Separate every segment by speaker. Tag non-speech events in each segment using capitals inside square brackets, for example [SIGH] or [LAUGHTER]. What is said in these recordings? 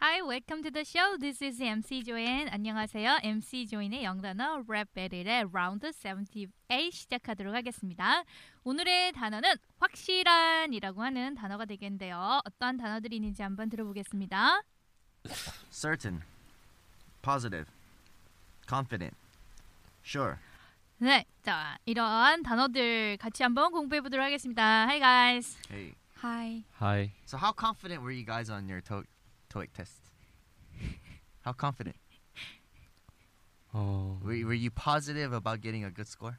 Speaker 1: Hi, welcome to the show. This is MC 조인. 안녕하세요. MC 조인의 영단어 랩 배틀의 라운드 78 시작하도록 하겠습니다. 오늘의 단어는 확실한이라고 하는 단어가 되겠는데요. 어떠한 단어들이 있는지 한번 들어보겠습니다.
Speaker 2: Certain. Positive. Confident. Sure.
Speaker 1: 네, 자 이러한 단어들 같이 한번 공부해 보도록 하겠습니다. Hi guys.
Speaker 2: Hey.
Speaker 1: Hi.
Speaker 3: Hi.
Speaker 2: So how confident were you guys on your to- TOEIC test? How confident?
Speaker 3: 어,
Speaker 2: Were, were you positive about getting a good score?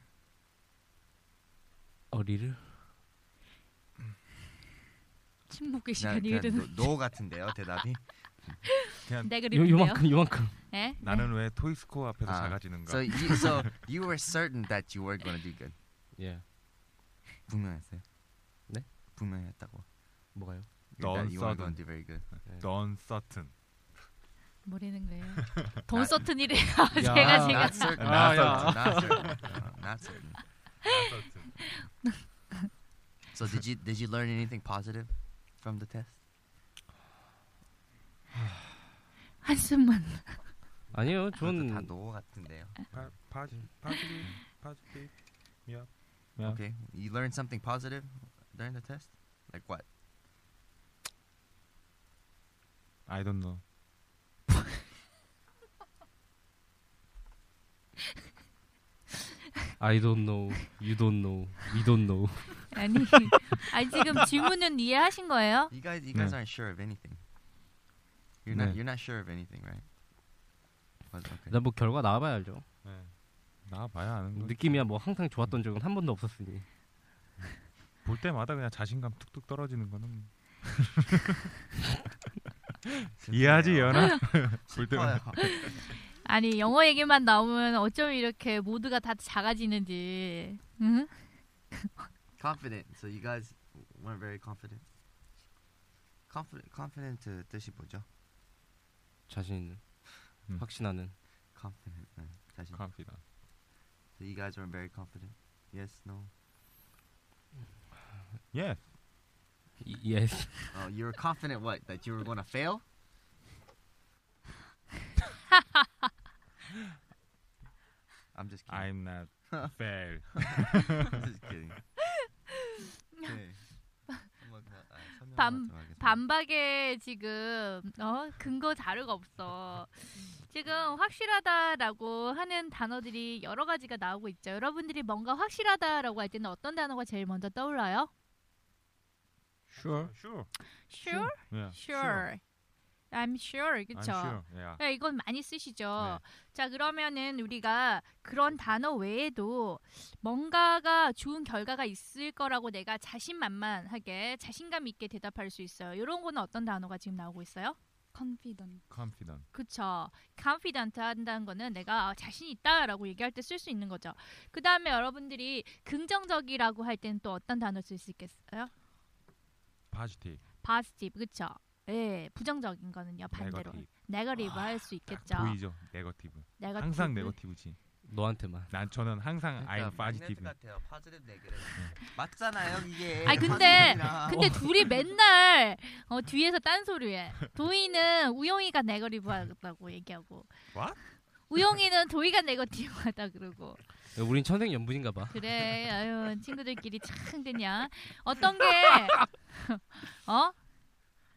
Speaker 3: 어리를?
Speaker 1: 침묵의
Speaker 2: 그냥,
Speaker 1: 시간이
Speaker 2: 그냥
Speaker 1: 흐르는.
Speaker 2: 노, 노 같은데요 대답이.
Speaker 1: 네
Speaker 3: 요,
Speaker 1: 그리고요.
Speaker 3: 요만큼 요만큼.
Speaker 1: 네.
Speaker 4: 나는 왜 토익 스코어 앞에서
Speaker 2: 아,
Speaker 4: 작아지는가?
Speaker 2: So you, so you were certain that you were gonna do good.
Speaker 3: 예.
Speaker 2: 분명했어요.
Speaker 3: 네?
Speaker 2: 분명했다고.
Speaker 3: 뭐가요?
Speaker 2: That you were
Speaker 4: 넌
Speaker 2: gonna
Speaker 4: certain.
Speaker 2: do very good.
Speaker 4: 넌 certain.
Speaker 1: 뭐라는 거예요? 돈 썼던 일이에요. [LAUGHS] 제가 제가
Speaker 2: Not certain. [LAUGHS]
Speaker 4: 아,
Speaker 2: Not certain. Not certain. Uh, Not certain.
Speaker 4: [LAUGHS] certain.
Speaker 2: So did you did you learn anything positive from the test?
Speaker 1: 한숨만.
Speaker 3: 아니요.
Speaker 2: 그것도 다
Speaker 3: 전
Speaker 2: 노 같은데요.
Speaker 4: 파 파지 파지 파지 미안.
Speaker 2: Okay. You learned something positive during the test? Like what?
Speaker 4: I don't know.
Speaker 3: I don't know. You don't know. We don't know.
Speaker 1: 아니, 아니 지금 질문은 이해하신 거예요?
Speaker 2: You guys you guys
Speaker 4: No.
Speaker 2: aren't sure of anything. You're
Speaker 4: No.
Speaker 2: not you're not sure of anything, right? Was- okay.
Speaker 3: 일단 뭐 결과 나와봐야 알죠.
Speaker 4: 네. 나 봐야 아는 거.
Speaker 3: 느낌이야 뭐 항상 좋았던 적은 한 번도 없었으니.
Speaker 4: 볼 때마다 그냥 자신감 뚝뚝 떨어지는 거는
Speaker 2: [LAUGHS]
Speaker 4: 이해하지 [LAUGHS] 연아. 볼 때마다.
Speaker 2: 슬퍼요.
Speaker 1: 아니 영어 얘기만 나오면 어쩜 이렇게 모두가 다 작아지는지. 응?
Speaker 2: confident. So you guys weren't very confident. Confident confident to 뜻이 뭐죠?
Speaker 3: 자신 있는.
Speaker 4: 음.
Speaker 3: 확신하는.
Speaker 2: confident. 네, 자신.
Speaker 4: 갑니다.
Speaker 2: So you guys weren't very confident. Yes, no.
Speaker 4: 예.
Speaker 3: 이- Yes.
Speaker 2: Oh, you were confident what? That you were going to fail? I'm just kidding.
Speaker 4: I'm not fair.
Speaker 2: [LAUGHS] I'm just kidding. 네. 한번 더, 아, 설명만
Speaker 1: 밤-
Speaker 2: 더 하겠습니다.
Speaker 1: 반박에 지금 어 근거 자료가 없어. 지금 확실하다라고 하는 단어들이 여러 가지가 나오고 있죠. 여러분들이 뭔가 확실하다라고 할 때는 어떤 단어가 제일 먼저 떠올라요?
Speaker 4: Sure. Sure.
Speaker 1: Sure,
Speaker 4: Yeah.
Speaker 1: sure. I'm sure.
Speaker 4: I'm
Speaker 1: 그렇죠.
Speaker 4: sure. Yeah. 네,
Speaker 1: 네, 이건 많이 쓰시죠. 자, 그러면은 우리가 그런 단어 외에도 뭔가가 좋은 결과가 있을 거라고 내가 자신만만하게 자신감 있게 대답할 수 있어요. 이런 거는 어떤 단어가 지금 나오고 있어요?
Speaker 5: confident.
Speaker 4: confident.
Speaker 1: 그쵸. confident 한다는 거는 내가 아, 자신 있다라고 얘기할 때 쓸 수 있는 거죠. 그 다음에 여러분들이 긍정적이라고 할 때는 또 어떤 단어 쓸 수 있겠어요?
Speaker 4: positive.
Speaker 1: positive, 그쵸. 예, 부정적인 거는요 반대로
Speaker 4: negative. 아,
Speaker 1: negative 할 수
Speaker 4: 딱
Speaker 1: 있겠죠.
Speaker 4: 보이죠. 네거티브.
Speaker 1: negative.
Speaker 4: 항상 네거티브지.
Speaker 3: 너한테만.
Speaker 4: 난 저는 항상
Speaker 2: 마그네트
Speaker 4: I'm positive.
Speaker 2: 같아요. 파지티브 네게레. 맞잖아요 이게.
Speaker 1: 아니, 근데-
Speaker 2: positive이랑.
Speaker 1: 근데 둘이 맨날 어, 뒤에서 딴소리해. 도희는 우영이가 네거티브 하다고 얘기하고.
Speaker 4: What?
Speaker 1: 우영이는 도희가 네거티브 하다 그러고.
Speaker 3: 야, 우린 천생 연분인가 봐.
Speaker 1: 그래. 아유, 친구들끼리 참 그냥 어떤 게 [LAUGHS] 어?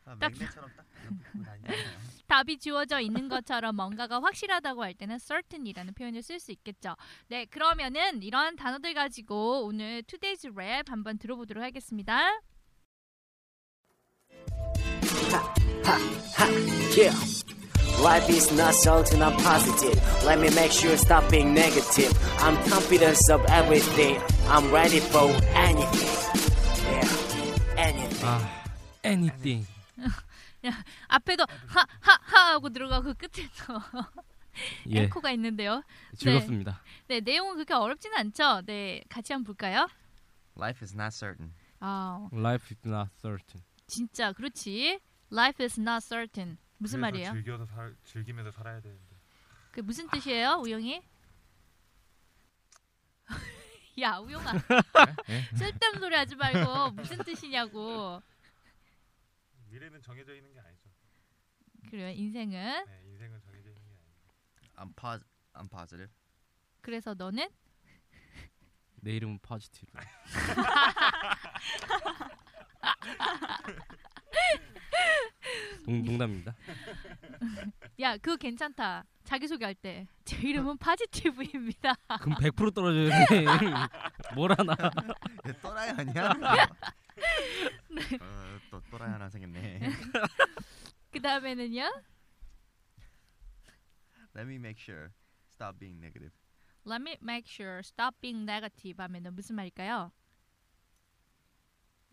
Speaker 2: 아,
Speaker 1: 딱-
Speaker 2: 맥네처럼 딱 붙고 다니잖아요.
Speaker 1: 답이 주어져 있는 것처럼 뭔가가 확실하다고 할 때는 certain이라는 표현을 쓸 수 있겠죠. 네, 그러면은 이러한 단어들 가지고 오늘 Today's Rap 한번 들어보도록 하겠습니다.
Speaker 6: Yeah. Life is not certain, I'm positive. Let me make sure stop being negative. I'm confident of everything. I'm ready for anything. Yeah, anything.
Speaker 3: 아, anything.
Speaker 1: 앞에도 하하하 하고 들어가고 끝에도
Speaker 3: 예,
Speaker 1: [LAUGHS] 에코가 있는데요.
Speaker 3: 즐겁습니다.
Speaker 1: 네, 내용은 그렇게 어렵지는 않죠. 네, 같이 한번 볼까요?
Speaker 2: Life is not certain.
Speaker 1: 아,
Speaker 3: Life is not certain.
Speaker 1: 진짜 그렇지. Life is not certain. 무슨
Speaker 4: 네, 그래서
Speaker 1: 말이에요?
Speaker 4: 즐겨서 살, 즐기면서 살아야 되는데.
Speaker 1: 그 무슨 뜻이에요, 우영이? [LAUGHS] 야, 우영아.
Speaker 4: 예?
Speaker 1: 쓸데없는 소리 하지 말고 무슨 뜻이냐고.
Speaker 4: 미래는 정해져 있는 게 아니죠.
Speaker 1: 그래 인생은
Speaker 4: 네, 인생은 정해져 있는 게 아니죠.
Speaker 2: I'm pos I'm positive. [LAUGHS]
Speaker 1: 그래서 너는
Speaker 3: 내
Speaker 1: [LAUGHS]
Speaker 3: 이름은 positive. 농, 농담입니다.
Speaker 1: 야 그거 괜찮다 자기 소개할 때 제 이름은 파지티브입니다. [LAUGHS]
Speaker 3: 그럼 100% 떨어져요. [LAUGHS] 선생님. 뭘 하나.
Speaker 2: 얘 또라이 아니야? 어, 또 또라이 하나 생겼네.
Speaker 1: 그 다음에는요.
Speaker 2: Let me make sure stop being negative.
Speaker 1: Let me make sure stop being negative 하면은 무슨 말일까요?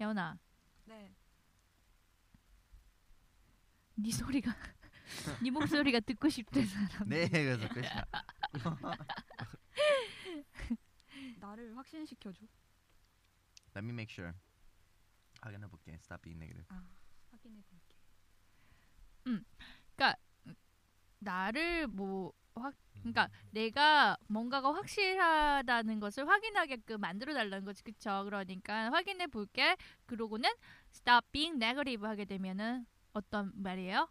Speaker 1: 예원아,
Speaker 5: 네.
Speaker 1: 네 소리가 [LAUGHS] 네 목소리가 듣고 싶대 사람.
Speaker 2: 네, 그래서 끝이야.
Speaker 5: 나를 확신시켜 줘.
Speaker 2: Let me make sure. 확인해 볼게. Stop being negative.
Speaker 5: 확인해 볼게.
Speaker 1: 나를 뭐 확, 그러니까 내가 뭔가가 확실하다는 것을 확인하게끔 만들어 달라는 거지, 그쵸? 그러니까 확인해 볼게. 그러고는 stop being negative 하게 되면은 어떤 말이에요?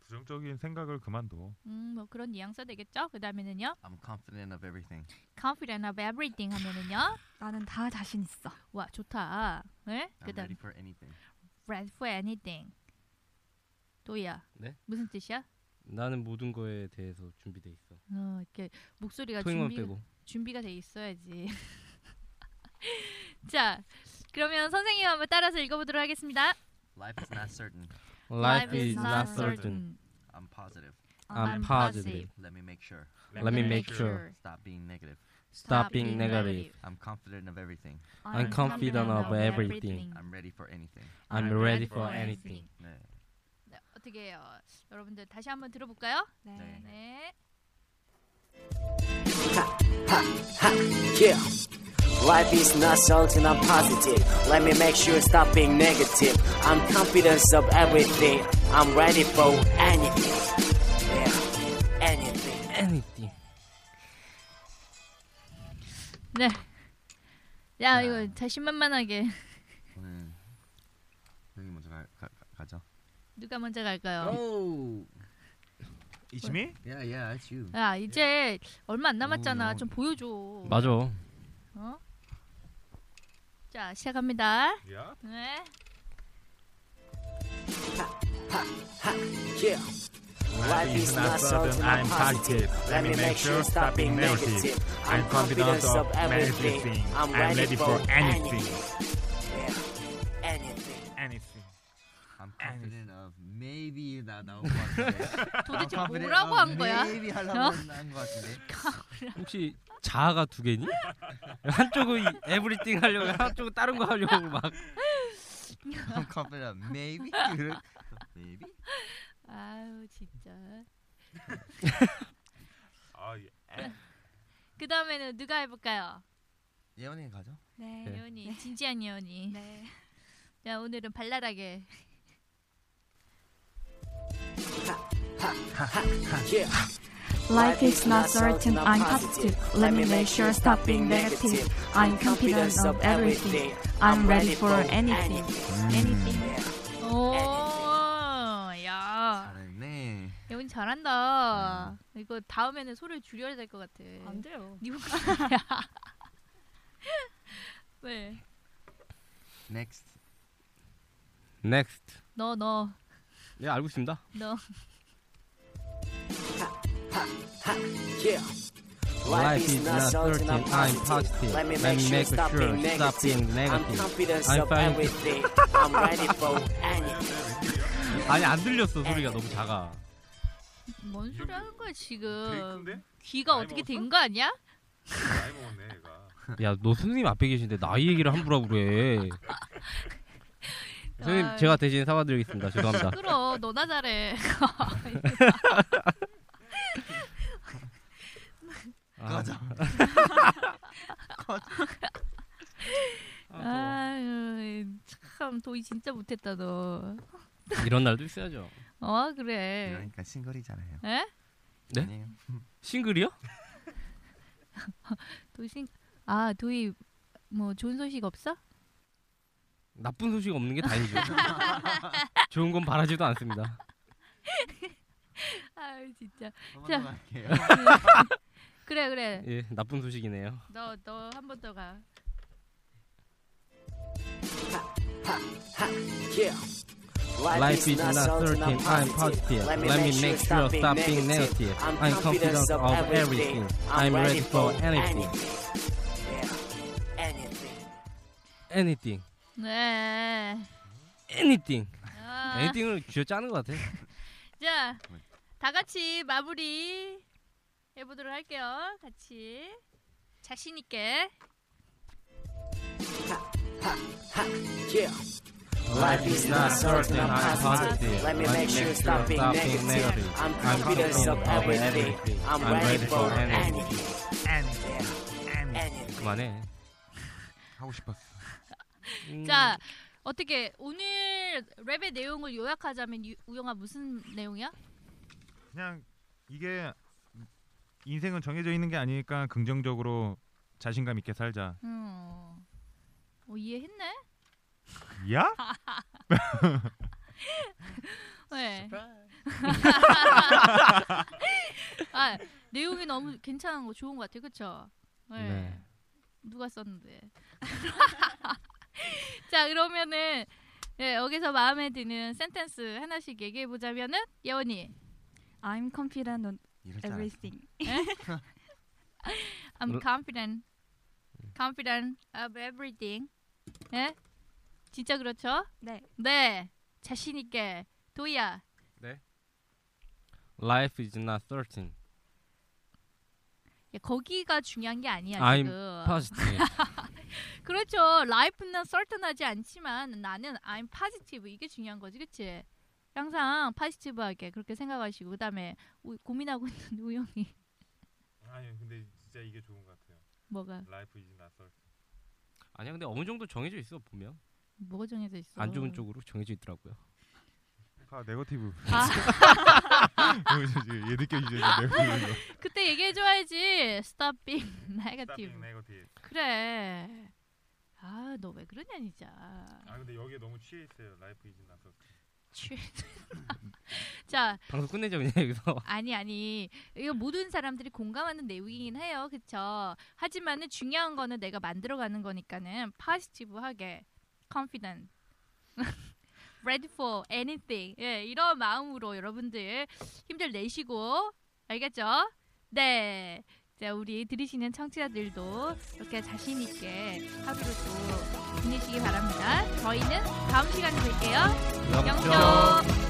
Speaker 4: 부정적인 생각을 그만둬.
Speaker 1: 음, 뭐 그런 뉘앙스 되겠죠? 그 다음에는요,
Speaker 2: I'm confident of everything.
Speaker 1: confident of everything 하면은요,
Speaker 5: 나는 다 자신 있어.
Speaker 1: 와 좋다. 네?
Speaker 2: I'm
Speaker 1: 그다음
Speaker 2: ready for anything.
Speaker 1: ready for anything. 도희야,
Speaker 3: 네?
Speaker 1: 무슨 뜻이야?
Speaker 3: 나는 모든 거에 대해서 준비돼 있어.
Speaker 1: 어, 이렇게 목소리가
Speaker 3: 토익만
Speaker 1: 준비가-
Speaker 3: 빼고.
Speaker 1: 준비가 돼 있어야지. [LAUGHS] 자, 그러면 선생님 한번 따라서 읽어보도록 하겠습니다.
Speaker 2: Life is not certain.
Speaker 3: Life is not
Speaker 1: certain.
Speaker 3: certain.
Speaker 2: I'm positive.
Speaker 3: I'm positive.
Speaker 2: Let me make sure.
Speaker 3: Let me make sure.
Speaker 2: Stop being negative.
Speaker 3: Stop being negative.
Speaker 2: I'm confident of everything.
Speaker 3: I'm confident of everything.
Speaker 1: Mm.
Speaker 2: I'm ready for anything.
Speaker 3: I'm ready for anything.
Speaker 2: 네.
Speaker 1: 네, 어떻게 해요? 여러분들 다시 한번 들어볼까요?
Speaker 5: 네.
Speaker 2: 네.
Speaker 1: 네.
Speaker 6: Yeah. Life is not certain, I'm positive. Let me make sure stop being negative. I'm confident of everything. I'm ready for anything. Yeah, anything.
Speaker 3: Anything.
Speaker 1: 네. 야
Speaker 3: 네.
Speaker 1: 이거 자신만만하게 [LAUGHS]
Speaker 2: 오늘 여기 먼저 가, 가, 가- 가죠.
Speaker 1: 누가 먼저
Speaker 3: 어.
Speaker 1: 갈까요?
Speaker 2: Oh.
Speaker 4: It's me?
Speaker 2: Yeah, yeah, it's you.
Speaker 1: 야 이제 얼마 안 남았잖아.
Speaker 2: 오,
Speaker 1: 좀 보여줘.
Speaker 3: 어. 맞아.
Speaker 1: 어? 자 시작합니다.
Speaker 4: Yeah.
Speaker 1: 네.
Speaker 6: Yeah. Life is not certain, I'm positive. Let me make sure stop being negative. I'm confident of everything. I'm ready for anything. Yeah, anything.
Speaker 4: Anything.
Speaker 2: I'm confident of maybe 나 나올 것 같은데. I'm
Speaker 4: 아,
Speaker 1: 도대체
Speaker 2: confident
Speaker 1: 뭐라고
Speaker 2: of
Speaker 1: 한 거야?
Speaker 2: Maybe
Speaker 1: 어?
Speaker 2: 하려고 한것 같은데.
Speaker 3: 혹시 자아가 두 개니? 한쪽은 이 everything 하려고 한쪽은 다른 거 하려고 막
Speaker 2: I'm confident of maybe. maybe.
Speaker 1: 아유 진짜.
Speaker 4: [LAUGHS] 아, 예.
Speaker 1: 그 다음에는 누가 해볼까요?
Speaker 2: 예원이 가죠.
Speaker 5: 네.
Speaker 3: 네.
Speaker 1: 예언이 진지한 예언이.
Speaker 5: 네.
Speaker 1: 자 오늘은 발랄하게.
Speaker 6: Yeah.
Speaker 5: Life is not certain. I'm positive. Let me make sure stop being negative. I'm confident of everything. I'm ready for anything. Anything.
Speaker 1: 오, 야
Speaker 2: 잘했네.
Speaker 1: 예언이
Speaker 4: 음.
Speaker 1: 잘한다. 이거 다음에는 소리를 줄여야 될 것 같아.
Speaker 5: 안 돼요.
Speaker 1: 니 목소리야. [LAUGHS] 왜?
Speaker 2: Next.
Speaker 3: 넥스트.
Speaker 1: 너 너,
Speaker 3: 예, 알고 있습니다.
Speaker 1: 너.
Speaker 6: Yeah. Life is not certain. I'm positive. Let me make sure stop being negative. I'm confident
Speaker 3: I'm
Speaker 6: of
Speaker 3: fine.
Speaker 6: everything. I'm ready for anything.
Speaker 3: 아니 안 들렸어 소리가 너무 작아.
Speaker 1: 뭔 소리 하는 거야
Speaker 4: 뭐,
Speaker 1: 지금?
Speaker 4: 데이크인데?
Speaker 1: 귀가
Speaker 4: 나이
Speaker 1: 어떻게 된 거 아니야?
Speaker 4: 나이 먹었네 얘가.
Speaker 3: 야 너 선생님 앞에 계신데 나이 얘기를 함부로
Speaker 1: [LAUGHS]
Speaker 3: 하고 그래.
Speaker 1: 아이. 예.
Speaker 3: 선생님 제가 대신
Speaker 1: [LAUGHS]
Speaker 3: 사과드리겠습니다. 죄송합니다.
Speaker 1: 시끄러. 너나 잘해.
Speaker 3: 아,
Speaker 1: 아, 아유 참 도희 진짜 못했다 너.
Speaker 3: 이런 날도 있어야죠.
Speaker 1: 어 그래.
Speaker 2: 그러니까 싱글이잖아요.
Speaker 1: 에?
Speaker 3: 네?
Speaker 2: 아니에요?
Speaker 3: 싱글이요?
Speaker 1: 도희 아 도희 뭐 좋은 소식 없어?
Speaker 3: 나쁜 소식 없는 게
Speaker 1: [LAUGHS]
Speaker 3: 다행이죠. 좋은 건 바라지도 않습니다.
Speaker 1: 아유 진짜.
Speaker 2: 한번
Speaker 1: 자.
Speaker 2: 더 갈게요.
Speaker 1: 그래 그래.
Speaker 3: 예, 나쁜 소식이네요.
Speaker 1: 너 너 한 번 더 가.
Speaker 6: Yeah. Life is not certain. I'm positive. Let me make sure stop being negative. I'm confident of everything. I'm ready for anything. Yeah. Anything.
Speaker 3: Anything,
Speaker 1: 네.
Speaker 3: anything,
Speaker 1: 아,
Speaker 3: anything을 쥐어짜는 것 같아.
Speaker 1: 자, 다 같이 마무리 해보도록 할게요. 같이 자신 있게.
Speaker 6: Yeah. Life is not certain. I'm positive. Let me make sure stop being negative. I'm confident of everything. I'm ready for anything. Anything.
Speaker 3: 그만해.
Speaker 2: 하고 싶었어.
Speaker 3: 음,
Speaker 1: 자, 어떻게 오늘 랩의 내용을 요약하자면 유, 우영아 무슨 내용이야?
Speaker 4: 그냥 이게 인생은 정해져 있는 게 아니니까 긍정적으로 자신감 있게 살자.
Speaker 1: 음, 어, 이해했네.
Speaker 4: 야?
Speaker 1: 네. [LAUGHS] 아, 내용이 너무 괜찮은 거 좋은 것 같아요, 그렇죠? 네.
Speaker 3: 네.
Speaker 1: 누가 썼는데? [LAUGHS] 자, 그러면은 예, 여기서 마음에 드는 센텐스 하나씩 얘기해 보자면은 예원이
Speaker 5: I'm confident on
Speaker 2: 이랬잖아.
Speaker 5: everything.
Speaker 1: 예?
Speaker 5: [LAUGHS]
Speaker 1: I'm
Speaker 3: 로-
Speaker 1: confident, confident of everything. 예, 진짜 그렇죠?
Speaker 5: 네.
Speaker 1: 네, 자신 있게 도희야.
Speaker 3: Life is not certain.
Speaker 1: 예, 거기가 중요한 게 아니야
Speaker 3: I'm
Speaker 1: 지금.
Speaker 3: Positive.
Speaker 1: 그렇죠. 라이프는 썰턴하지 않지만 나는 I'm positive 이게 중요한 거지, 그렇지? 항상 파지티브하게 그렇게 생각하시고 그다음에 우, 고민하고 [LAUGHS] 있는 우영이
Speaker 4: 아니 근데 진짜 이게 좋은 것 같아요.
Speaker 1: 뭐가
Speaker 4: 라이프 이즈 낯설.
Speaker 3: 아니야, 근데 어느 정도 정해져 있어 보면
Speaker 1: 뭐가 정해져 있어?
Speaker 3: 안 좋은 쪽으로 정해져 있더라고요.
Speaker 4: 아 네거티브. [LAUGHS]
Speaker 1: 아.
Speaker 4: 얘 느껴지죠 [LAUGHS] 네거티브.
Speaker 1: 그때 얘기해 줘야지. Stop being [LAUGHS] negative.
Speaker 4: 네거티브.
Speaker 1: 그래. 아, 너 왜 그러냐, 진짜. [LAUGHS]
Speaker 4: 아 근데 여기에 너무 취해 있어요. 라이프 이즈 낯설.
Speaker 1: 취. 자,
Speaker 3: 방송 끝내자 그냥 여기서.
Speaker 1: 아니 아니 이거 모든 사람들이 공감하는 내용이긴 해요 그쵸 하지만은 중요한 거는 내가 만들어가는 거니까는 파지티브하게 confident [LAUGHS] ready for anything 예 이런 마음으로 여러분들 힘들 내시고 알겠죠 네. 자 우리 들으시는 청취자들도 이렇게 자신 있게 하루를 또 보내시기 바랍니다. 저희는 다음 시간에 뵐게요. 영정.